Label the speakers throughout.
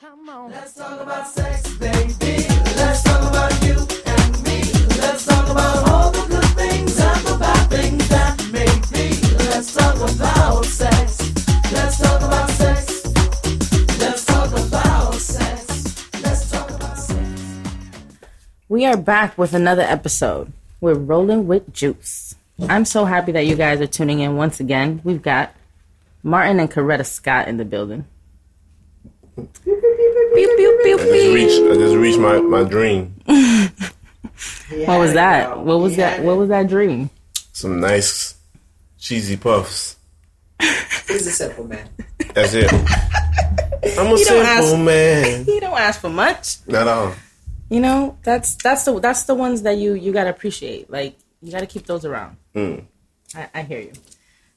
Speaker 1: Come on.
Speaker 2: Let's talk about sex, baby. Let's talk about you and me. Let's talk about all the good things and the bad things that may be. Let's talk about sex. Let's talk about sex. Let's talk about sex. Let's talk about sex.
Speaker 3: We are back with another episode. We're rolling with juice. I'm so happy that you guys are tuning in once again. We've got Martin and Coretta Scott in the building. Pew, pew, pew,
Speaker 4: I just
Speaker 3: pew.
Speaker 4: reached. I just reached my, my dream.
Speaker 3: What was that? What was that? What was that dream?
Speaker 4: Some nice cheesy puffs.
Speaker 2: He's a simple man.
Speaker 4: That's it. I'm a simple
Speaker 3: ask-
Speaker 4: man.
Speaker 3: You don't ask for much.
Speaker 4: Not all.
Speaker 3: You know, that's that's the that's the ones that you you gotta appreciate. Like you gotta keep those around.
Speaker 4: Mm.
Speaker 3: I, I hear you.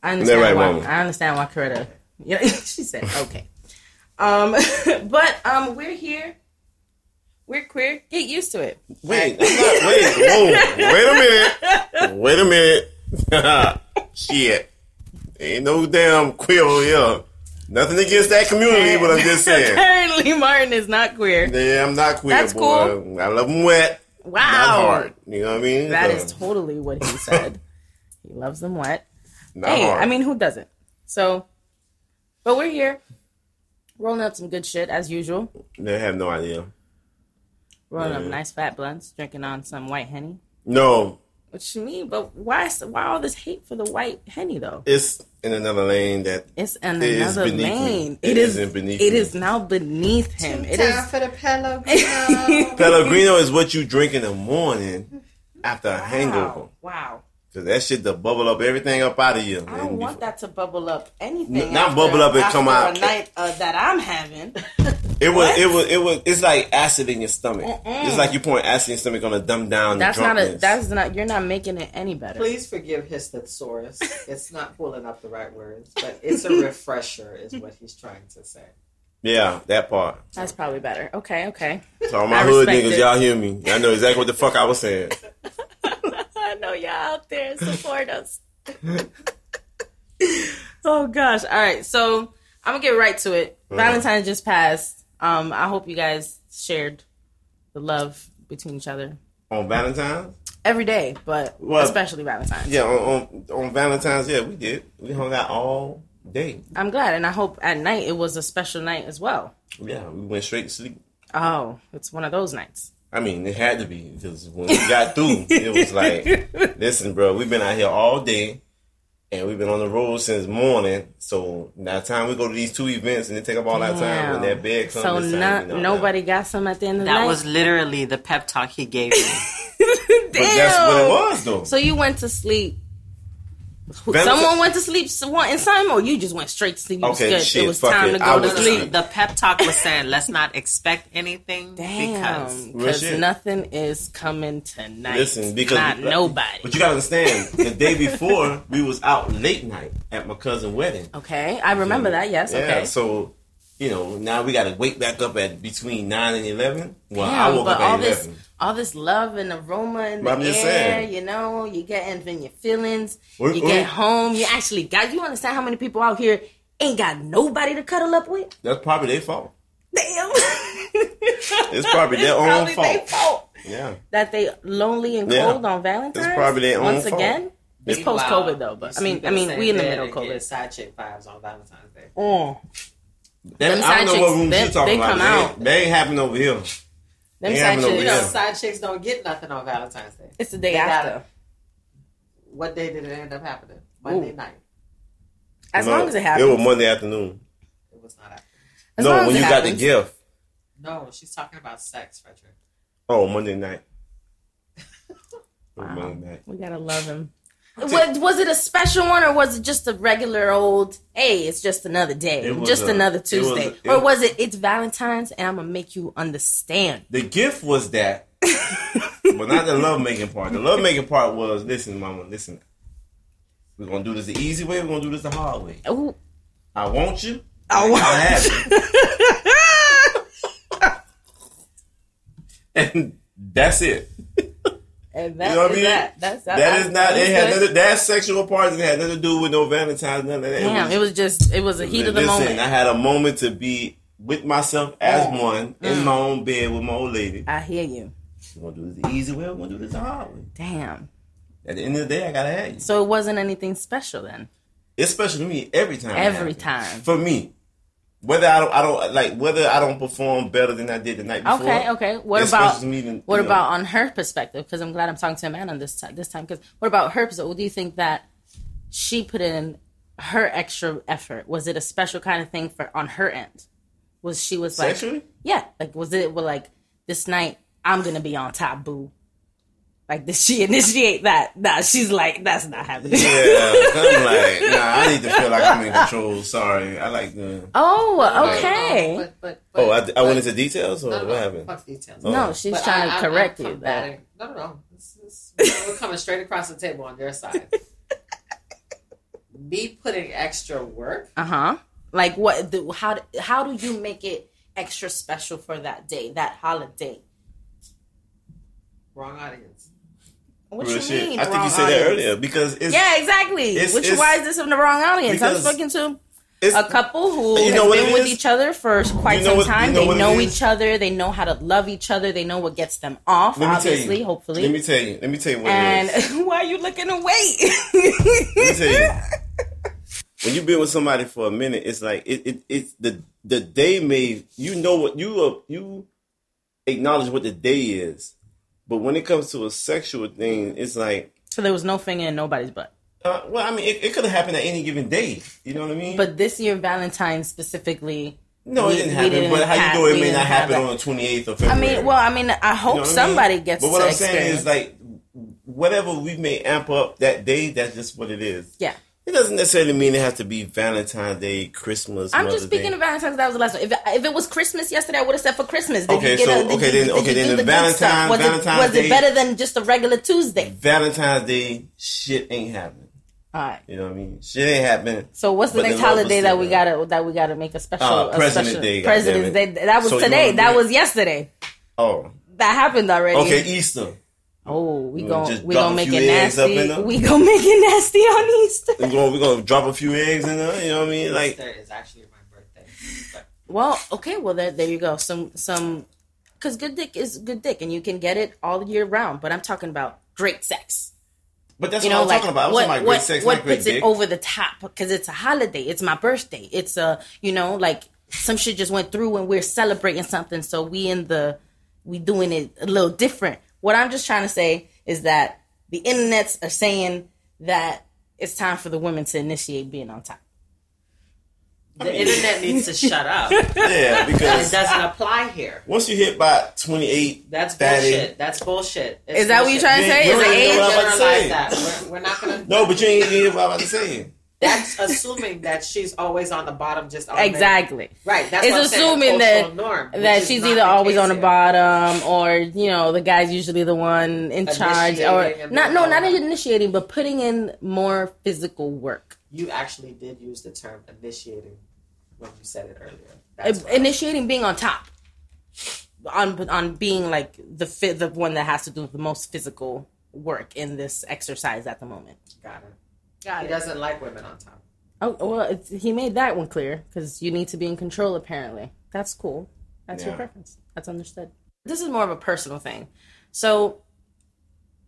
Speaker 3: I understand
Speaker 4: right,
Speaker 3: why.
Speaker 4: Mama.
Speaker 3: I understand why Coretta. Yeah, she said okay. Um, but um, we're here. We're queer. Get used to it.
Speaker 4: Wait. I'm not- wait. Whoa. Wait a minute. Wait a minute. Shit. Ain't no damn queer over here. Nothing against that community, but I'm just saying.
Speaker 3: Apparently, Martin is not queer.
Speaker 4: Yeah, I'm not queer,
Speaker 3: That's
Speaker 4: boy.
Speaker 3: cool.
Speaker 4: I love them wet,
Speaker 3: Wow,
Speaker 4: not hard. You know what I mean?
Speaker 3: that
Speaker 4: So,
Speaker 3: is totally what he said. he loves them wet.
Speaker 4: not
Speaker 3: hey,
Speaker 4: hard.
Speaker 3: I mean, who doesn't? So, but we're here, rolling up some good shit as usual.
Speaker 4: they have no idea.
Speaker 3: Rolling up
Speaker 4: Yeah.
Speaker 3: nice fat blunts, drinking on some white henny.
Speaker 4: No,
Speaker 3: Which you mean, but why? Why all this hate for the white henny though?
Speaker 4: it's in another lane that
Speaker 3: It's in
Speaker 4: It is
Speaker 3: another
Speaker 4: beneath me.
Speaker 3: lane.
Speaker 4: It
Speaker 3: It is.
Speaker 4: isn't beneath
Speaker 3: It
Speaker 4: me.
Speaker 3: is now beneath him. It
Speaker 2: Time
Speaker 3: is.
Speaker 2: for the Pellegrino.
Speaker 4: Pellegrino is what you drink in the morning after a hangover.
Speaker 3: Wow. Wow.
Speaker 4: Cause that shit to bubble up everything up out of you.
Speaker 3: I don't want that to bubble up anything.
Speaker 4: N- not bubble up and
Speaker 3: after
Speaker 4: come out.
Speaker 3: A night uh, that I'm having.
Speaker 4: It was,
Speaker 3: What?
Speaker 4: it was, it was. It's like acid in your stomach.
Speaker 3: Mm-mm.
Speaker 4: It's like you pouring acid in your stomach on a dumb down.
Speaker 3: That's not a.
Speaker 4: drunkenness.
Speaker 3: That's not. You're not making it any better.
Speaker 5: Please forgive his thesaurus. It's not pulling up the right words, but it's a refresher, is what he's trying to say.
Speaker 4: yeah, that part.
Speaker 3: That's probably better. Okay. Okay.
Speaker 4: So all my
Speaker 3: I
Speaker 4: hood
Speaker 3: respect
Speaker 4: niggas,
Speaker 3: it.
Speaker 4: y'all hear me? I know exactly what the fuck I was saying.
Speaker 3: I know y'all out there support us. oh gosh. All right. So I'm gonna get right to it.
Speaker 4: Uh-huh.
Speaker 3: Valentine's just passed. Um, I hope you guys shared the love between each other.
Speaker 4: On Valentine's,
Speaker 3: every day, but
Speaker 4: Well-
Speaker 3: especially Valentine's.
Speaker 4: yeah, on, on on Valentine's, yeah, we did. We hung out all day.
Speaker 3: I'm glad, and I hope at night it was a special night as well.
Speaker 4: Yeah, we went straight to sleep.
Speaker 3: Oh, it's one of those nights.
Speaker 4: I mean, it had to be because when we got through, it was like, listen, bro, we've been out here all day, and we've been on the road since morning. So by the time we go to these two events, and they take up all our time when that bed comes.
Speaker 3: so
Speaker 4: it's time,
Speaker 3: no,
Speaker 4: you know,
Speaker 3: nobody got some at the end of the
Speaker 6: That
Speaker 3: night.
Speaker 6: was literally the pep talk he gave me.
Speaker 4: But that's what it was though.
Speaker 3: So you went to sleep. Who-
Speaker 4: Valenti-
Speaker 3: Someone went to sleep so- wanting something, or you just went straight to sleep. You
Speaker 4: Okay,
Speaker 3: was good.
Speaker 4: shit,
Speaker 3: it was
Speaker 4: fuck
Speaker 3: time
Speaker 4: it.
Speaker 3: to
Speaker 4: I
Speaker 3: go to
Speaker 4: was
Speaker 3: sleep.
Speaker 4: asleep.
Speaker 6: the pep talk was saying, let's not expect anything because
Speaker 3: Damn,
Speaker 4: Real
Speaker 3: because
Speaker 4: shit.
Speaker 3: nothing is coming tonight.
Speaker 4: Listen, because
Speaker 3: not
Speaker 4: like-
Speaker 3: nobody.
Speaker 4: But you gotta understand, the day before we was out late night at my cousin's wedding.
Speaker 3: Okay, I remember that. Yes.
Speaker 4: Yeah,
Speaker 3: okay.
Speaker 4: so you know now we gotta wake back up at between nine and eleven. Well,
Speaker 3: Yeah,
Speaker 4: I woke
Speaker 3: but
Speaker 4: up at
Speaker 3: all
Speaker 4: eleven.
Speaker 3: this, all this love and aroma in the
Speaker 4: But I'm
Speaker 3: air.
Speaker 4: just saying.
Speaker 3: You know, you get in your feelings.
Speaker 4: We're-
Speaker 3: you
Speaker 4: we're-
Speaker 3: get home. You actually got. You understand how many people out here ain't got nobody to cuddle up with?
Speaker 4: That's probably their fault.
Speaker 3: Damn,
Speaker 4: It's probably their own
Speaker 3: probably
Speaker 4: fault.
Speaker 3: their fault
Speaker 4: Yeah.
Speaker 3: that they lonely and
Speaker 4: Yeah.
Speaker 3: cold on Valentine's.
Speaker 4: It's probably their own
Speaker 3: once
Speaker 4: fault.
Speaker 3: again. It's
Speaker 4: Wow.
Speaker 3: post COVID though, but
Speaker 5: You
Speaker 3: I mean,
Speaker 5: sleep
Speaker 3: I
Speaker 5: in the
Speaker 3: mean,
Speaker 5: same
Speaker 3: we in the
Speaker 5: bed
Speaker 3: middle of
Speaker 5: and get
Speaker 3: COVID.
Speaker 5: Side chick vibes on Valentine's Day.
Speaker 3: Mm.
Speaker 4: That,
Speaker 3: Them
Speaker 4: I don't
Speaker 3: side
Speaker 4: know what
Speaker 3: chicks,
Speaker 4: room
Speaker 3: they-
Speaker 4: she talking
Speaker 3: they
Speaker 4: about.
Speaker 3: come
Speaker 4: They
Speaker 3: out.
Speaker 4: ain't- They ain't happening over here.
Speaker 3: Them
Speaker 4: They
Speaker 3: side
Speaker 4: having
Speaker 3: chicks,
Speaker 4: over
Speaker 5: You know,
Speaker 4: Yeah.
Speaker 5: side chicks don't get nothing on Valentine's Day.
Speaker 3: it's the day
Speaker 5: They
Speaker 3: after.
Speaker 5: gotta- What day did it end up happening? Monday
Speaker 3: Ooh.
Speaker 5: night.
Speaker 3: As
Speaker 4: No,
Speaker 3: long as it happens.
Speaker 4: It was Monday afternoon.
Speaker 5: It was not after.
Speaker 3: As
Speaker 4: no,
Speaker 3: long as
Speaker 4: when
Speaker 3: it
Speaker 4: you got the
Speaker 3: happens.
Speaker 4: gift.
Speaker 5: No, she's talking about sex, Frederick.
Speaker 4: Oh, Monday night. It was Monday night.
Speaker 3: We gotta love him. Was, was it a special one or was it just a regular old? Hey, it's just another day,
Speaker 4: It was
Speaker 3: just
Speaker 4: a-
Speaker 3: another
Speaker 4: it was
Speaker 3: Tuesday,
Speaker 4: a- it-
Speaker 3: or was it? It's Valentine's, and I'm gonna make you understand.
Speaker 4: The gift was that, but not the love making part. The love making part was listen, mama, listen. We're gonna do this the easy way. We're gonna do this the hard way.
Speaker 3: Ooh,
Speaker 4: I want you.
Speaker 3: I
Speaker 4: I have you. and that's it.
Speaker 3: and
Speaker 4: You know what I mean?
Speaker 3: That's
Speaker 4: That is not. It
Speaker 3: had
Speaker 4: had nothing, that sexual part. It had nothing to do with no Valentine's. Nothing.
Speaker 3: Damn, it was just it was a heat of the
Speaker 4: listen,
Speaker 3: moment.
Speaker 4: I had a moment to be with myself as
Speaker 3: Yeah. Mm.
Speaker 4: one in my own bed with my old lady.
Speaker 3: I hear you.
Speaker 4: We're gonna do this the easy way. We're gonna do this the hard way.
Speaker 3: Damn.
Speaker 4: At the end of the day, I gotta have you.
Speaker 3: So it wasn't anything special then.
Speaker 4: It's special to me every time. it
Speaker 3: Every
Speaker 4: happens.
Speaker 3: time.
Speaker 4: for me. Whether I don't, I don't like whether I don't perform better than I did the night before.
Speaker 3: Okay, okay. What
Speaker 4: it's
Speaker 3: about
Speaker 4: supposed to mean, you
Speaker 3: what
Speaker 4: know.
Speaker 3: about on her perspective? Because I'm glad I'm talking to a man on this time. This time, because what about her perspective? Do you think that she put in her extra effort? Was it a special kind of thing for on her end? Was she was like,
Speaker 4: sexually?
Speaker 3: yeah, like was it well, like this night I'm gonna be on top, boo? Like did she initiate that? Nah, she's like that's not happening.
Speaker 4: Yeah, 'cause I'm like, nah, I need to feel like I'm in control. Sorry, I like the.
Speaker 3: Oh,
Speaker 4: Right.
Speaker 3: okay.
Speaker 5: But, but, but,
Speaker 4: Oh, I, I went
Speaker 5: but-
Speaker 4: into details or
Speaker 5: No, no,
Speaker 4: what happened?
Speaker 5: Fuck details.
Speaker 4: Oh.
Speaker 3: no, she's
Speaker 5: But
Speaker 3: trying
Speaker 5: I-
Speaker 3: to
Speaker 5: I'm-
Speaker 3: correct
Speaker 5: I'm
Speaker 3: you. That
Speaker 5: combating- No, no, no. This is, we're coming straight across the table on their side. Me putting extra work.
Speaker 3: Uh huh. Like what? The, how? d- How do you make it extra special for that day, that holiday?
Speaker 5: Wrong audience.
Speaker 3: What
Speaker 4: Real
Speaker 3: you
Speaker 4: shit.
Speaker 3: mean?
Speaker 4: I think
Speaker 3: wrong
Speaker 4: you said that
Speaker 3: audience?
Speaker 4: earlier because it's
Speaker 3: Yeah, exactly.
Speaker 4: It's-
Speaker 3: Which
Speaker 4: it's-
Speaker 3: why is this in the wrong audience? I'm
Speaker 4: because
Speaker 3: speaking to
Speaker 4: it's
Speaker 3: a couple who
Speaker 4: You know
Speaker 3: has
Speaker 4: what
Speaker 3: been
Speaker 4: it
Speaker 3: with
Speaker 4: is?
Speaker 3: each other for quite
Speaker 4: You know
Speaker 3: some
Speaker 4: what- you
Speaker 3: time.
Speaker 4: know what
Speaker 3: they
Speaker 4: it
Speaker 3: know
Speaker 4: is?
Speaker 3: each other. They know how to love each other. They know what gets them off.
Speaker 4: Let me tell you.
Speaker 3: obviously, hopefully.
Speaker 4: Let me tell you. Let me tell you what
Speaker 3: and
Speaker 4: it is.
Speaker 3: why are you looking away?
Speaker 4: Let me tell you. When you've been with somebody for a minute, it's like it, it it's the the day may you know what you uh, you acknowledge what the day is, but when it comes to a sexual thing, it's like
Speaker 3: so there was no finger in nobody's butt.
Speaker 4: uh, well, I mean, it, it could have happened at any given day. You know what I mean?
Speaker 3: But this year, Valentine's specifically.
Speaker 4: no,
Speaker 3: we-
Speaker 4: it didn't
Speaker 3: we
Speaker 4: happen.
Speaker 3: didn't
Speaker 4: but how
Speaker 3: have-
Speaker 4: you know
Speaker 3: we
Speaker 4: it may
Speaker 3: didn't
Speaker 4: not
Speaker 3: have
Speaker 4: happen
Speaker 3: that.
Speaker 4: on the twenty eighth of
Speaker 3: I
Speaker 4: February?
Speaker 3: mean, well, I mean, I hope
Speaker 4: You know what I mean?
Speaker 3: somebody gets.
Speaker 4: But what
Speaker 3: to
Speaker 4: I'm
Speaker 3: experience.
Speaker 4: saying is like whatever we may amp up that day, that's just what it is.
Speaker 3: yeah.
Speaker 4: It doesn't necessarily mean it has to be Valentine's Day, Christmas.
Speaker 3: I'm
Speaker 4: Mother's
Speaker 3: just speaking
Speaker 4: Day.
Speaker 3: of Valentine's. That was the last one. If, if it was Christmas yesterday, I would have said for Christmas. Did
Speaker 4: Okay,
Speaker 3: you get
Speaker 4: so-
Speaker 3: a, did
Speaker 4: okay,
Speaker 3: you,
Speaker 4: then-
Speaker 3: did
Speaker 4: okay,
Speaker 3: you
Speaker 4: then
Speaker 3: do
Speaker 4: the
Speaker 3: good stuff?
Speaker 4: Valentine's-
Speaker 3: was
Speaker 4: Valentine's
Speaker 3: it, was it
Speaker 4: Day-
Speaker 3: better than just a regular Tuesday?
Speaker 4: Valentine's Day. Shit ain't happening.
Speaker 3: All right.
Speaker 4: You know what I mean? Shit ain't happening.
Speaker 3: So what's the
Speaker 4: But
Speaker 3: next
Speaker 4: then love
Speaker 3: holiday
Speaker 4: was
Speaker 3: that
Speaker 4: still
Speaker 3: we
Speaker 4: there.
Speaker 3: gotta that we gotta make a special
Speaker 4: Uh,
Speaker 3: a
Speaker 4: President
Speaker 3: special-
Speaker 4: Day,
Speaker 3: President's
Speaker 4: goddammit.
Speaker 3: Day. That was
Speaker 4: So you
Speaker 3: today.
Speaker 4: wanna do
Speaker 3: That
Speaker 4: it-
Speaker 3: was yesterday.
Speaker 4: Oh,
Speaker 3: That happened already.
Speaker 4: okay, Easter.
Speaker 3: Oh, we
Speaker 4: Mm,
Speaker 3: gonna
Speaker 4: just
Speaker 3: we
Speaker 4: dump
Speaker 3: gonna
Speaker 4: a
Speaker 3: make
Speaker 4: few
Speaker 3: it
Speaker 4: eggs up in
Speaker 3: nasty.
Speaker 4: there.
Speaker 3: We gonna make it nasty on Easter.
Speaker 4: We're gonna we're gonna drop a few eggs in there. You know what I mean? Like
Speaker 5: Easter is actually my birthday. But
Speaker 3: Well, okay, well there there you go. Some some because good dick is good dick, and you can get it all year round. But I'm talking about great sex.
Speaker 4: But that's
Speaker 3: you
Speaker 4: what
Speaker 3: know,
Speaker 4: I'm
Speaker 3: like
Speaker 4: talking about. I was
Speaker 3: what
Speaker 4: talking about
Speaker 3: what,
Speaker 4: great sex,
Speaker 3: what
Speaker 4: not great
Speaker 3: puts
Speaker 4: dick.
Speaker 3: it over the top because it's a holiday. It's my birthday. It's a you know like some shit just went through and we're celebrating something. So we in the we doing it a little different. What I'm just trying to say is that the internets are saying that it's time for the women to initiate being on top.
Speaker 6: The internet needs to shut up. It
Speaker 4: yeah, because
Speaker 6: doesn't apply here.
Speaker 4: once you hit by 28,
Speaker 5: that's
Speaker 4: Daddy.
Speaker 5: bullshit. That's bullshit. It's
Speaker 3: Is that what you're
Speaker 5: bullshit.
Speaker 3: trying to
Speaker 4: You-
Speaker 3: say?
Speaker 4: you
Speaker 3: Is
Speaker 4: don't
Speaker 3: it
Speaker 4: even
Speaker 3: age?
Speaker 4: know what I'm about to say.
Speaker 5: Generalize that. We're, we're not gonna.
Speaker 4: no, but you ain't even hear what I'm about to say.
Speaker 5: That's assuming that she's always on the bottom. Just automatic-
Speaker 3: Exactly.
Speaker 5: Right. That's
Speaker 3: It's
Speaker 5: what I'm saying,
Speaker 3: assuming
Speaker 5: the
Speaker 3: that-
Speaker 5: cultural norm, which
Speaker 3: that
Speaker 5: is
Speaker 3: she's
Speaker 5: not
Speaker 3: either
Speaker 5: the
Speaker 3: always
Speaker 5: case
Speaker 3: on the
Speaker 5: here.
Speaker 3: bottom or you know the guy's usually the one in charge
Speaker 5: Initiating
Speaker 3: or
Speaker 5: and
Speaker 3: not no
Speaker 5: all
Speaker 3: not
Speaker 5: that.
Speaker 3: initiating but putting in more physical work
Speaker 5: You actually did use the term initiating when you said it earlier. That's
Speaker 3: I-
Speaker 5: what I-
Speaker 3: initiating being on top on on being like the fi- the one that has to do the most physical work in this exercise at the moment
Speaker 5: got it. He doesn't like women on top.
Speaker 3: oh well it's, he made that one clear because you need to be in control apparently that's cool that's your
Speaker 4: Yeah.
Speaker 3: preference that's understood this is more of a personal thing so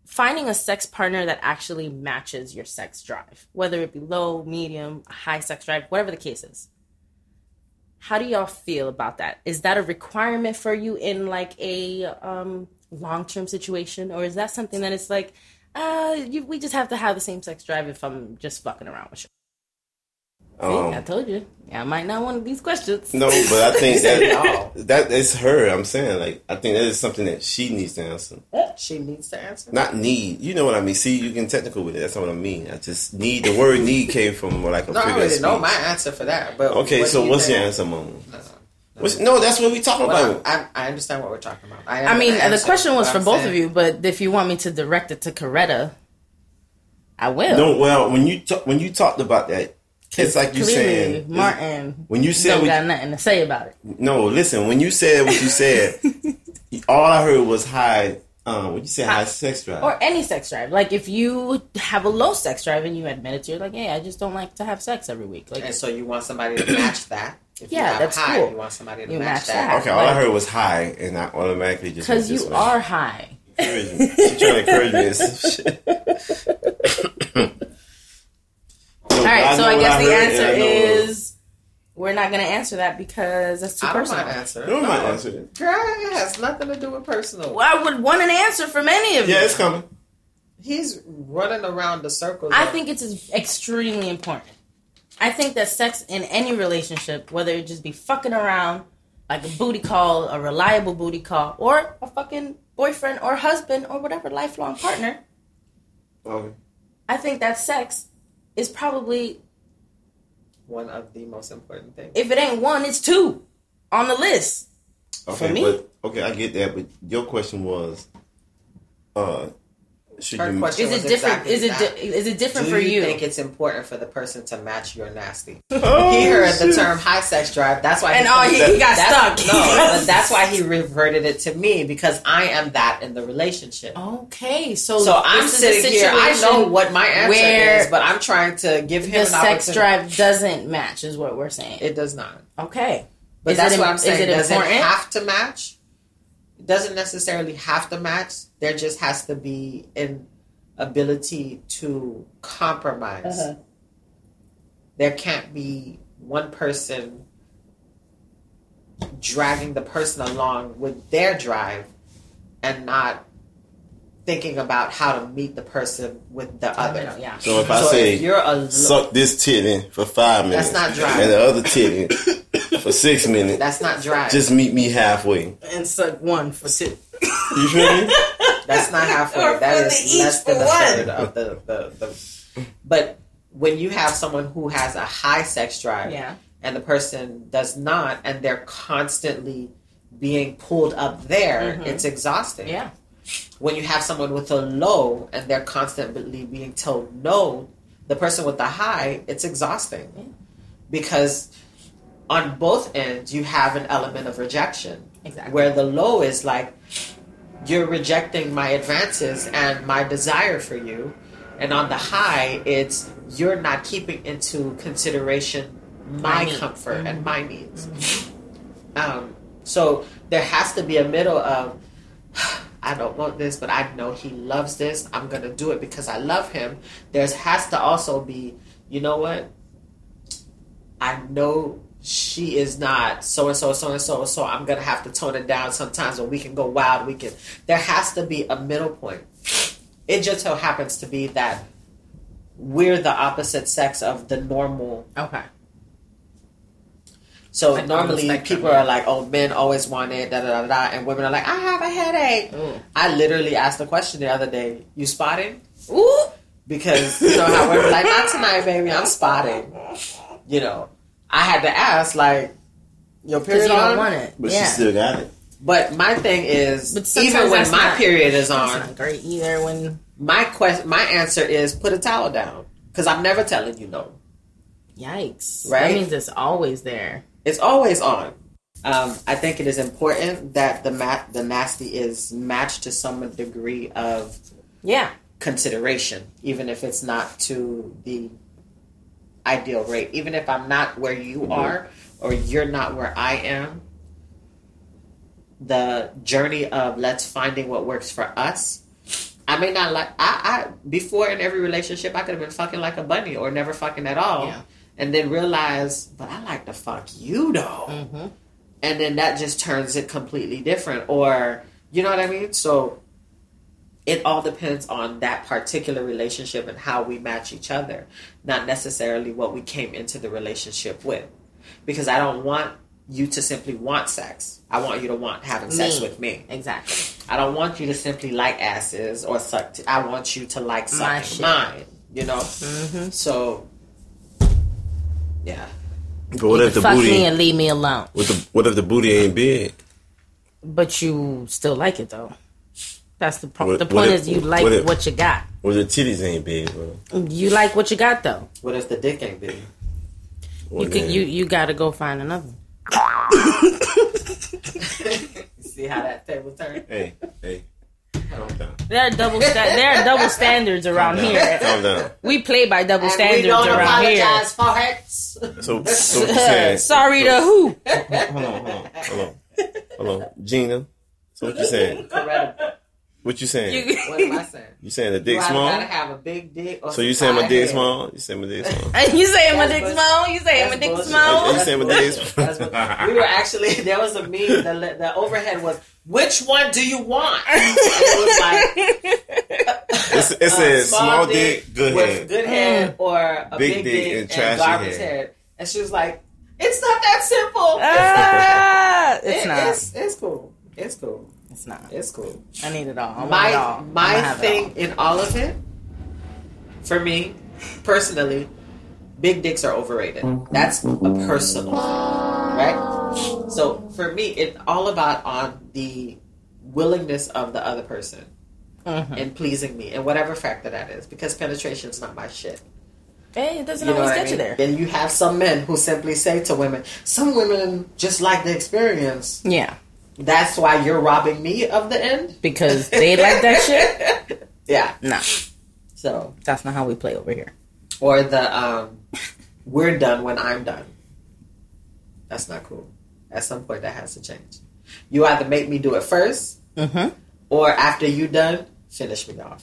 Speaker 3: finding a sex partner that actually matches your sex drive whether it be low medium high sex drive whatever the case is how do y'all feel about that is that a requirement for you in like a um, long-term situation or is that something that it's like uh, you, we just have to have the same sex drive if i'm just fucking around with you See, I
Speaker 4: Um,
Speaker 3: told you. I might not want these questions.
Speaker 4: no, but I think
Speaker 5: No.
Speaker 4: that that is her. I'm saying like I think that is something that she needs to answer.
Speaker 5: She needs to answer.
Speaker 4: Not need. You know what I mean? See, you can technical with it. That's not what I mean. I just need the word need came from like a figure
Speaker 5: No, I
Speaker 4: of
Speaker 5: already
Speaker 4: speech.
Speaker 5: know my answer for that. But
Speaker 4: Okay,
Speaker 5: what
Speaker 4: so
Speaker 5: do you
Speaker 4: what's
Speaker 5: think?
Speaker 4: your answer, Mama?
Speaker 5: No, no, no.
Speaker 4: What's, no, that's what we talking
Speaker 5: Well,
Speaker 4: about.
Speaker 5: I, I understand what we're talking about. I,
Speaker 3: I mean, the
Speaker 5: understand
Speaker 3: question was
Speaker 5: what
Speaker 3: for
Speaker 5: I'm
Speaker 3: both
Speaker 5: saying.
Speaker 3: of you, but if you want me to direct it to Coretta, I will.
Speaker 4: No, well, when you ta- when you talked about that, it's like you
Speaker 3: Clearly,
Speaker 4: saying
Speaker 3: Martin
Speaker 4: When you said
Speaker 3: don't
Speaker 4: what
Speaker 3: got
Speaker 4: you-
Speaker 3: nothing to say about it.
Speaker 4: No, listen. When you said what you said, all I heard was high. Um, what you said, high, sex drive.
Speaker 3: Or any sex drive. Like, if you have a low sex drive and you admit it, you're like, hey, I just don't like to have sex every week. Like,
Speaker 5: And so you want somebody to match that. If
Speaker 3: Yeah,
Speaker 5: you have
Speaker 3: that's
Speaker 5: high,
Speaker 3: cool.
Speaker 5: You want somebody to
Speaker 3: You
Speaker 5: match
Speaker 3: match
Speaker 5: that.
Speaker 3: that.
Speaker 4: Okay, all I heard was high, and I automatically just
Speaker 3: Because
Speaker 4: went this
Speaker 3: you
Speaker 4: way.
Speaker 3: are high.
Speaker 4: Encouragement. She trying to encourage me. and some shit.
Speaker 3: All right, so
Speaker 4: know
Speaker 3: I
Speaker 4: what
Speaker 3: guess the
Speaker 4: heard,
Speaker 3: answer
Speaker 4: and I know-
Speaker 3: is we're not going to answer that because that's too
Speaker 5: I don't want
Speaker 3: personal.
Speaker 5: to answer.
Speaker 4: You don't mind
Speaker 5: No.
Speaker 4: answering it.
Speaker 5: Girl, it has nothing to do with personal.
Speaker 3: Well, I would want an answer from any of you.
Speaker 4: Yeah, it's coming.
Speaker 5: He's running around the circle.
Speaker 3: I
Speaker 5: though.
Speaker 3: think it's extremely important. I think that sex in any relationship, whether it just be fucking around, like a booty call, a reliable booty call, or a fucking boyfriend or husband or whatever lifelong partner,
Speaker 4: Okay.
Speaker 3: I think that sex is probably,
Speaker 5: one of the most important things.
Speaker 3: if it ain't one, it's two on the list.
Speaker 4: Okay,
Speaker 3: For me?
Speaker 4: but okay, I get that, but your question was, uh, should
Speaker 5: Her
Speaker 4: you?
Speaker 5: question
Speaker 3: Is
Speaker 5: was
Speaker 3: it different?
Speaker 5: exactly
Speaker 3: Is it
Speaker 5: that.
Speaker 3: di- is it different
Speaker 5: do
Speaker 3: for you?
Speaker 5: think it's important for the person to match your nasty?
Speaker 4: Oh,
Speaker 5: he heard the
Speaker 4: shit.
Speaker 5: term high sex drive. That's why,
Speaker 3: And all he, he got
Speaker 5: that's,
Speaker 3: stuck.
Speaker 5: No, but that's why he reverted it to me because I am that in the relationship.
Speaker 3: Okay, so
Speaker 5: So I'm
Speaker 3: Oh, this is a
Speaker 5: sitting here. I know
Speaker 3: situation
Speaker 5: what my answer
Speaker 3: where
Speaker 5: is, but I'm trying to give him
Speaker 3: the
Speaker 5: an
Speaker 3: sex
Speaker 5: opportunity.
Speaker 3: drive doesn't match, is what we're saying.
Speaker 5: It does not.
Speaker 3: okay,
Speaker 5: But
Speaker 3: Is
Speaker 5: that's
Speaker 3: it
Speaker 5: what
Speaker 3: im-
Speaker 5: I'm saying.
Speaker 3: Is it
Speaker 5: doesn't
Speaker 3: important?
Speaker 5: have to match. It doesn't necessarily have to match. There just has to be an ability to compromise.
Speaker 3: Uh-huh.
Speaker 5: There can't be one person dragging the person along with their drive and not thinking about how to meet the person with the other.
Speaker 3: Yeah.
Speaker 4: So if I
Speaker 5: so
Speaker 4: say
Speaker 5: if you're a
Speaker 4: suck this tit in for five minutes,
Speaker 5: That's not dry.
Speaker 4: and the other tit in for six minutes,
Speaker 5: that's not drive.
Speaker 4: just meet me halfway.
Speaker 3: and suck one for two.
Speaker 4: You feel me?
Speaker 5: That's not halfway.
Speaker 3: Or
Speaker 5: that
Speaker 3: for
Speaker 5: is
Speaker 3: the
Speaker 5: less
Speaker 3: each
Speaker 5: than
Speaker 3: for
Speaker 5: a
Speaker 3: one.
Speaker 5: third of the, the, the. But when you have someone who has a high sex drive
Speaker 3: Yeah.
Speaker 5: and the person does not, and they're constantly being pulled up there,
Speaker 3: Mhm.
Speaker 5: it's exhausting.
Speaker 3: Yeah.
Speaker 5: When you have someone with a low and they're constantly being told no, the person with the high, it's exhausting.
Speaker 3: Yeah.
Speaker 5: Because on both ends, you have an element of rejection
Speaker 3: Exactly.
Speaker 5: where the low is like you're rejecting my advances and my desire for you and on the high it's you're not keeping into consideration
Speaker 3: My
Speaker 5: my,
Speaker 3: needs.
Speaker 5: comfort and my needs um, so there has to be a middle of i don't want this but i know he loves this i'm gonna do it because i love him there's has to also be you know what I know she is not so and so, so and so, so I'm gonna have to tone it down sometimes, or we can go wild. We can. There has to be a middle point. It just so happens to be that we're the opposite sex of the normal.
Speaker 3: Okay.
Speaker 5: So
Speaker 3: Like on the
Speaker 5: normally
Speaker 3: spectrum,
Speaker 5: people
Speaker 3: yeah.
Speaker 5: are like, "Oh, men always want it," da da da da, and women are like, "I have a headache."
Speaker 3: Ooh.
Speaker 5: I literally asked the question the other day: "You spotting?"
Speaker 3: Ooh.
Speaker 5: because you know how we're like, not tonight, baby. I'm spotting. You know, I had to ask like your
Speaker 3: Because
Speaker 5: period
Speaker 3: you don't
Speaker 5: on,
Speaker 3: want it.
Speaker 4: But
Speaker 3: yeah.
Speaker 4: she still got it.
Speaker 5: but my thing is
Speaker 3: But sometimes
Speaker 5: even when
Speaker 3: that's
Speaker 5: my
Speaker 3: not-
Speaker 5: period is
Speaker 3: That's
Speaker 5: on,
Speaker 3: not great either. When
Speaker 5: my quest, my answer is put a towel down because I'm never telling you no.
Speaker 3: yikes. That
Speaker 5: Right?
Speaker 3: means it's always there.
Speaker 5: It's always on. Um, I think it is important that the ma- the nasty is matched to some degree of
Speaker 3: Yeah.
Speaker 5: consideration, even if it's not to the ideal rate. Even if I'm not where you
Speaker 3: Mm-hmm.
Speaker 5: are or you're not where I am, the journey of let's finding what works for us. I may not like I, I before in every relationship I could have been fucking like a bunny or never fucking at all.
Speaker 3: Yeah.
Speaker 5: And then realize, but I like to fuck you though
Speaker 3: Mm-hmm.
Speaker 5: and then that just turns it completely different or you know what i mean so it all depends on that particular relationship and how we match each other not necessarily what we came into the relationship with because i don't want you to simply want sex i want you to want having sex
Speaker 3: Me.
Speaker 5: with me
Speaker 3: Exactly.
Speaker 5: i don't want you to simply like asses or suck t- i want you to like
Speaker 3: My
Speaker 5: sucking
Speaker 3: shit.
Speaker 5: mine you know
Speaker 3: Mm-hmm.
Speaker 5: so yeah
Speaker 4: But what if the
Speaker 3: Fuck me
Speaker 4: booty?
Speaker 3: and leave me alone.
Speaker 4: What the what if the booty ain't big?
Speaker 3: But you still like it though. That's the point.
Speaker 4: What-
Speaker 3: The
Speaker 4: what
Speaker 3: point
Speaker 4: if-
Speaker 3: is you like
Speaker 4: what if-
Speaker 3: what you got.
Speaker 4: Or the titties ain't big? Bro?
Speaker 3: You like what you got though.
Speaker 5: what if the dick ain't big
Speaker 4: Or
Speaker 3: You could
Speaker 4: then-
Speaker 3: you you gotta go find another. one.
Speaker 5: see how that table turned
Speaker 4: Hey, hey, calm down,
Speaker 3: There are double sta- there are double standards around
Speaker 4: calm down,
Speaker 3: here.
Speaker 4: calm down.
Speaker 3: We play by double
Speaker 5: And
Speaker 3: standards
Speaker 5: we don't
Speaker 3: around here.
Speaker 5: apologize for it.
Speaker 4: So, so you saying,
Speaker 3: Sorry to who?
Speaker 4: Hold on, hold on, hold on, hold on, Gina. So what you saying?
Speaker 5: Correct.
Speaker 4: What you saying?
Speaker 3: You-
Speaker 5: What am I saying?
Speaker 4: You saying the dick
Speaker 5: Do I gotta
Speaker 4: small?
Speaker 5: have a big dick. Or
Speaker 4: So you
Speaker 5: some
Speaker 4: saying my
Speaker 5: side
Speaker 4: dick
Speaker 5: head?
Speaker 4: small? You saying my dick small?
Speaker 3: you saying my dick
Speaker 5: That's
Speaker 3: small? You saying my dick small?
Speaker 4: Are
Speaker 5: That's bullshit.
Speaker 4: you saying my dick
Speaker 5: That's
Speaker 4: small?
Speaker 5: what- we were actually there was a meme. The, the overhead was, "Which one do you want?" And it was like
Speaker 4: It's- It says
Speaker 5: uh,
Speaker 4: small dick, good
Speaker 5: with
Speaker 4: head.
Speaker 5: good head,
Speaker 3: Mm.
Speaker 5: or a
Speaker 4: Big
Speaker 5: big,
Speaker 4: dick
Speaker 5: dick,
Speaker 4: and
Speaker 5: and,
Speaker 4: trashy
Speaker 5: garbage
Speaker 4: head.
Speaker 5: head. And she was like, "It's not that simple.
Speaker 3: Ah,
Speaker 5: It's,
Speaker 3: it's
Speaker 5: it-
Speaker 3: not. It's,
Speaker 5: It's, it's cool. It's cool.
Speaker 3: not.
Speaker 5: It's cool."
Speaker 3: I need it all. I want it all. I'm
Speaker 5: my
Speaker 3: gonna
Speaker 5: my
Speaker 3: have it
Speaker 5: thing in all of it, for me, personally, big dicks are overrated. That's a personal thing, right? So for me, it's all about on the willingness of the other person
Speaker 3: all. Mhm.
Speaker 5: and pleasing me in whatever factor that is, because penetration is not my shit.
Speaker 3: Hey, it doesn't
Speaker 5: You know
Speaker 3: always
Speaker 5: what
Speaker 3: get
Speaker 5: I
Speaker 3: you
Speaker 5: mean?
Speaker 3: there.
Speaker 5: Then you have some men who simply say to women, "Some women just like the experience."
Speaker 3: Yeah,
Speaker 5: That's why you're robbing me of the end.
Speaker 3: because they like that shit.
Speaker 5: Yeah.
Speaker 3: Nah,
Speaker 5: So
Speaker 3: that's not how we play over here.
Speaker 5: or the um, we're done when I'm done. That's not cool. At some point, that has to change. You either make me do it first,
Speaker 3: Mm-hmm.
Speaker 5: or after you done, finish me off.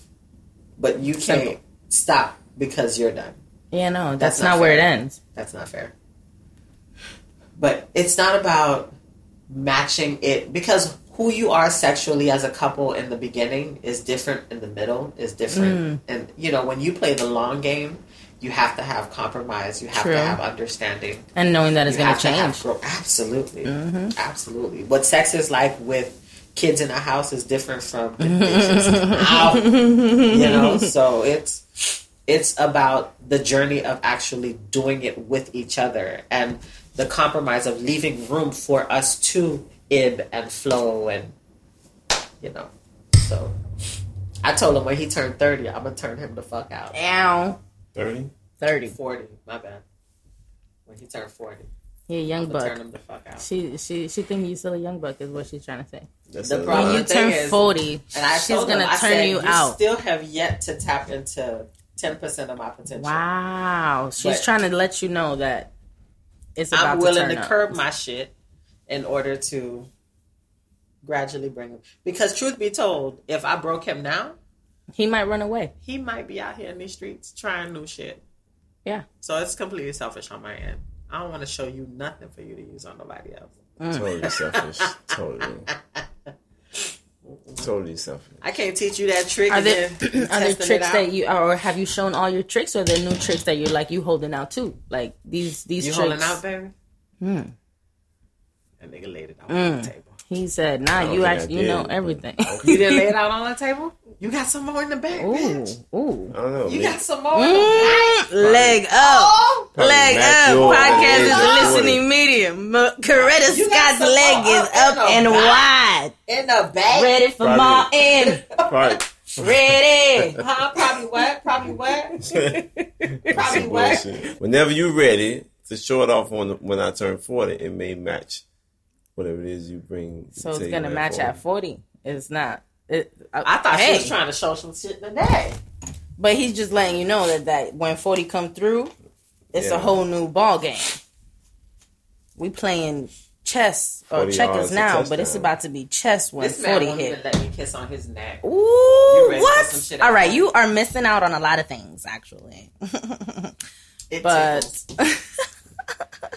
Speaker 5: But you can't
Speaker 3: Simple.
Speaker 5: stop because you're done.
Speaker 3: Yeah, no, that's,
Speaker 5: That's
Speaker 3: not,
Speaker 5: not
Speaker 3: where it
Speaker 5: fair.
Speaker 3: ends.
Speaker 5: That's not fair. But it's not about matching it because who you are sexually as a couple in the beginning is different in the middle is different
Speaker 3: Mm.
Speaker 5: and you know when you play the long game you have to have compromise you have
Speaker 3: True.
Speaker 5: to have understanding
Speaker 3: And knowing that it's
Speaker 5: you
Speaker 3: going
Speaker 5: have
Speaker 3: to
Speaker 5: have
Speaker 3: change. Mm-hmm.
Speaker 5: gro- absolutely absolutely what sex is like with kids in a house is different from out you know so it's it's about the journey of actually doing it with each other and the compromise of leaving room for us to ebb and flow and you know so i told him when he turned 30 i'm gonna turn him the fuck out
Speaker 3: Ow.
Speaker 4: Thirty.
Speaker 3: 30.
Speaker 5: 40 my bad when he turned 40
Speaker 3: Yeah, young
Speaker 5: i'm gonna turn
Speaker 3: buck.
Speaker 5: him the fuck out
Speaker 3: She she she thinking you still a young buck is what she's trying to say.
Speaker 4: That's
Speaker 5: The
Speaker 4: a
Speaker 5: problem-
Speaker 3: When
Speaker 4: lot.
Speaker 3: you
Speaker 5: thing
Speaker 3: turn
Speaker 5: is-
Speaker 3: forty,
Speaker 5: and i
Speaker 3: she's
Speaker 5: told him,
Speaker 3: gonna
Speaker 5: I
Speaker 3: turn
Speaker 5: said,
Speaker 3: you out.
Speaker 5: still have yet to tap into 10% of my potential
Speaker 3: Wow, she's
Speaker 5: But-
Speaker 3: trying to let you know that it's about
Speaker 5: I'm willing
Speaker 3: to,
Speaker 5: to,
Speaker 3: turn up.
Speaker 5: curb my shit in order to gradually bring him. Because truth be told, if I broke him now,
Speaker 3: He might run away.
Speaker 5: he might be out here in these streets trying new shit.
Speaker 3: Yeah.
Speaker 5: So it's completely selfish on my end. I don't want to show you nothing for you to use on nobody else.
Speaker 4: Totally selfish. Totally. Totally selfish.
Speaker 5: I can't teach you that trick.
Speaker 3: Are
Speaker 5: and
Speaker 3: there
Speaker 5: then you
Speaker 3: are there
Speaker 5: testing it
Speaker 3: tricks
Speaker 5: out.
Speaker 3: that you or have you shown all your tricks or are there new tricks that you're like you holding out too? Like these these
Speaker 5: you holding
Speaker 3: tricks. Hmm.
Speaker 5: out, baby? That nigga laid it out on the table.
Speaker 3: He said, "Nah,
Speaker 4: don't
Speaker 3: you
Speaker 4: think I
Speaker 3: actually you
Speaker 4: did,
Speaker 3: know
Speaker 4: but-
Speaker 3: everything."
Speaker 5: You didn't lay it out on the table? You got some more in the bag,
Speaker 3: ooh, Mm.
Speaker 5: bitch.
Speaker 3: ooh.
Speaker 4: I don't know.
Speaker 5: You
Speaker 4: maybe-
Speaker 5: got some more in the
Speaker 3: Leg up.
Speaker 5: bag.
Speaker 4: probably
Speaker 3: Leg up.
Speaker 4: Matthew or
Speaker 3: uh, Podcast is
Speaker 4: Matthew.
Speaker 3: a listening medium. Ma- Coretta
Speaker 5: You got
Speaker 3: Scott's
Speaker 5: some
Speaker 3: leg
Speaker 5: more
Speaker 3: is
Speaker 5: up
Speaker 3: up and
Speaker 5: and a
Speaker 3: wide.
Speaker 5: In the bag.
Speaker 3: Ready for
Speaker 4: Probably.
Speaker 3: my end.
Speaker 4: Probably.
Speaker 3: Ready.
Speaker 5: Huh? Probably what? Probably what?
Speaker 4: That's some
Speaker 5: Probably what?
Speaker 4: bullshit. Whenever you're ready to show it off on when I turn 40, it may match whatever it is you bring.
Speaker 3: So it's gonna match at forty. It's not. It, uh,
Speaker 5: I thought
Speaker 3: hey,
Speaker 5: she was trying to show some shit today.
Speaker 3: but he's just letting you know that that when forty come through, it's
Speaker 4: Yeah.
Speaker 3: a whole new ball game. We playing chess or
Speaker 4: 40 yards
Speaker 3: checkers
Speaker 4: to
Speaker 3: now, but it's
Speaker 4: touchdown.
Speaker 3: about to be chess when
Speaker 5: This man
Speaker 3: forty
Speaker 5: won't even
Speaker 3: hit.
Speaker 5: let me kiss on his neck.
Speaker 3: Ooh,
Speaker 5: ready for some
Speaker 3: what?
Speaker 5: shit
Speaker 3: All right,
Speaker 5: else?
Speaker 3: you are missing out on a lot of things actually.
Speaker 5: It
Speaker 3: but
Speaker 5: tickles.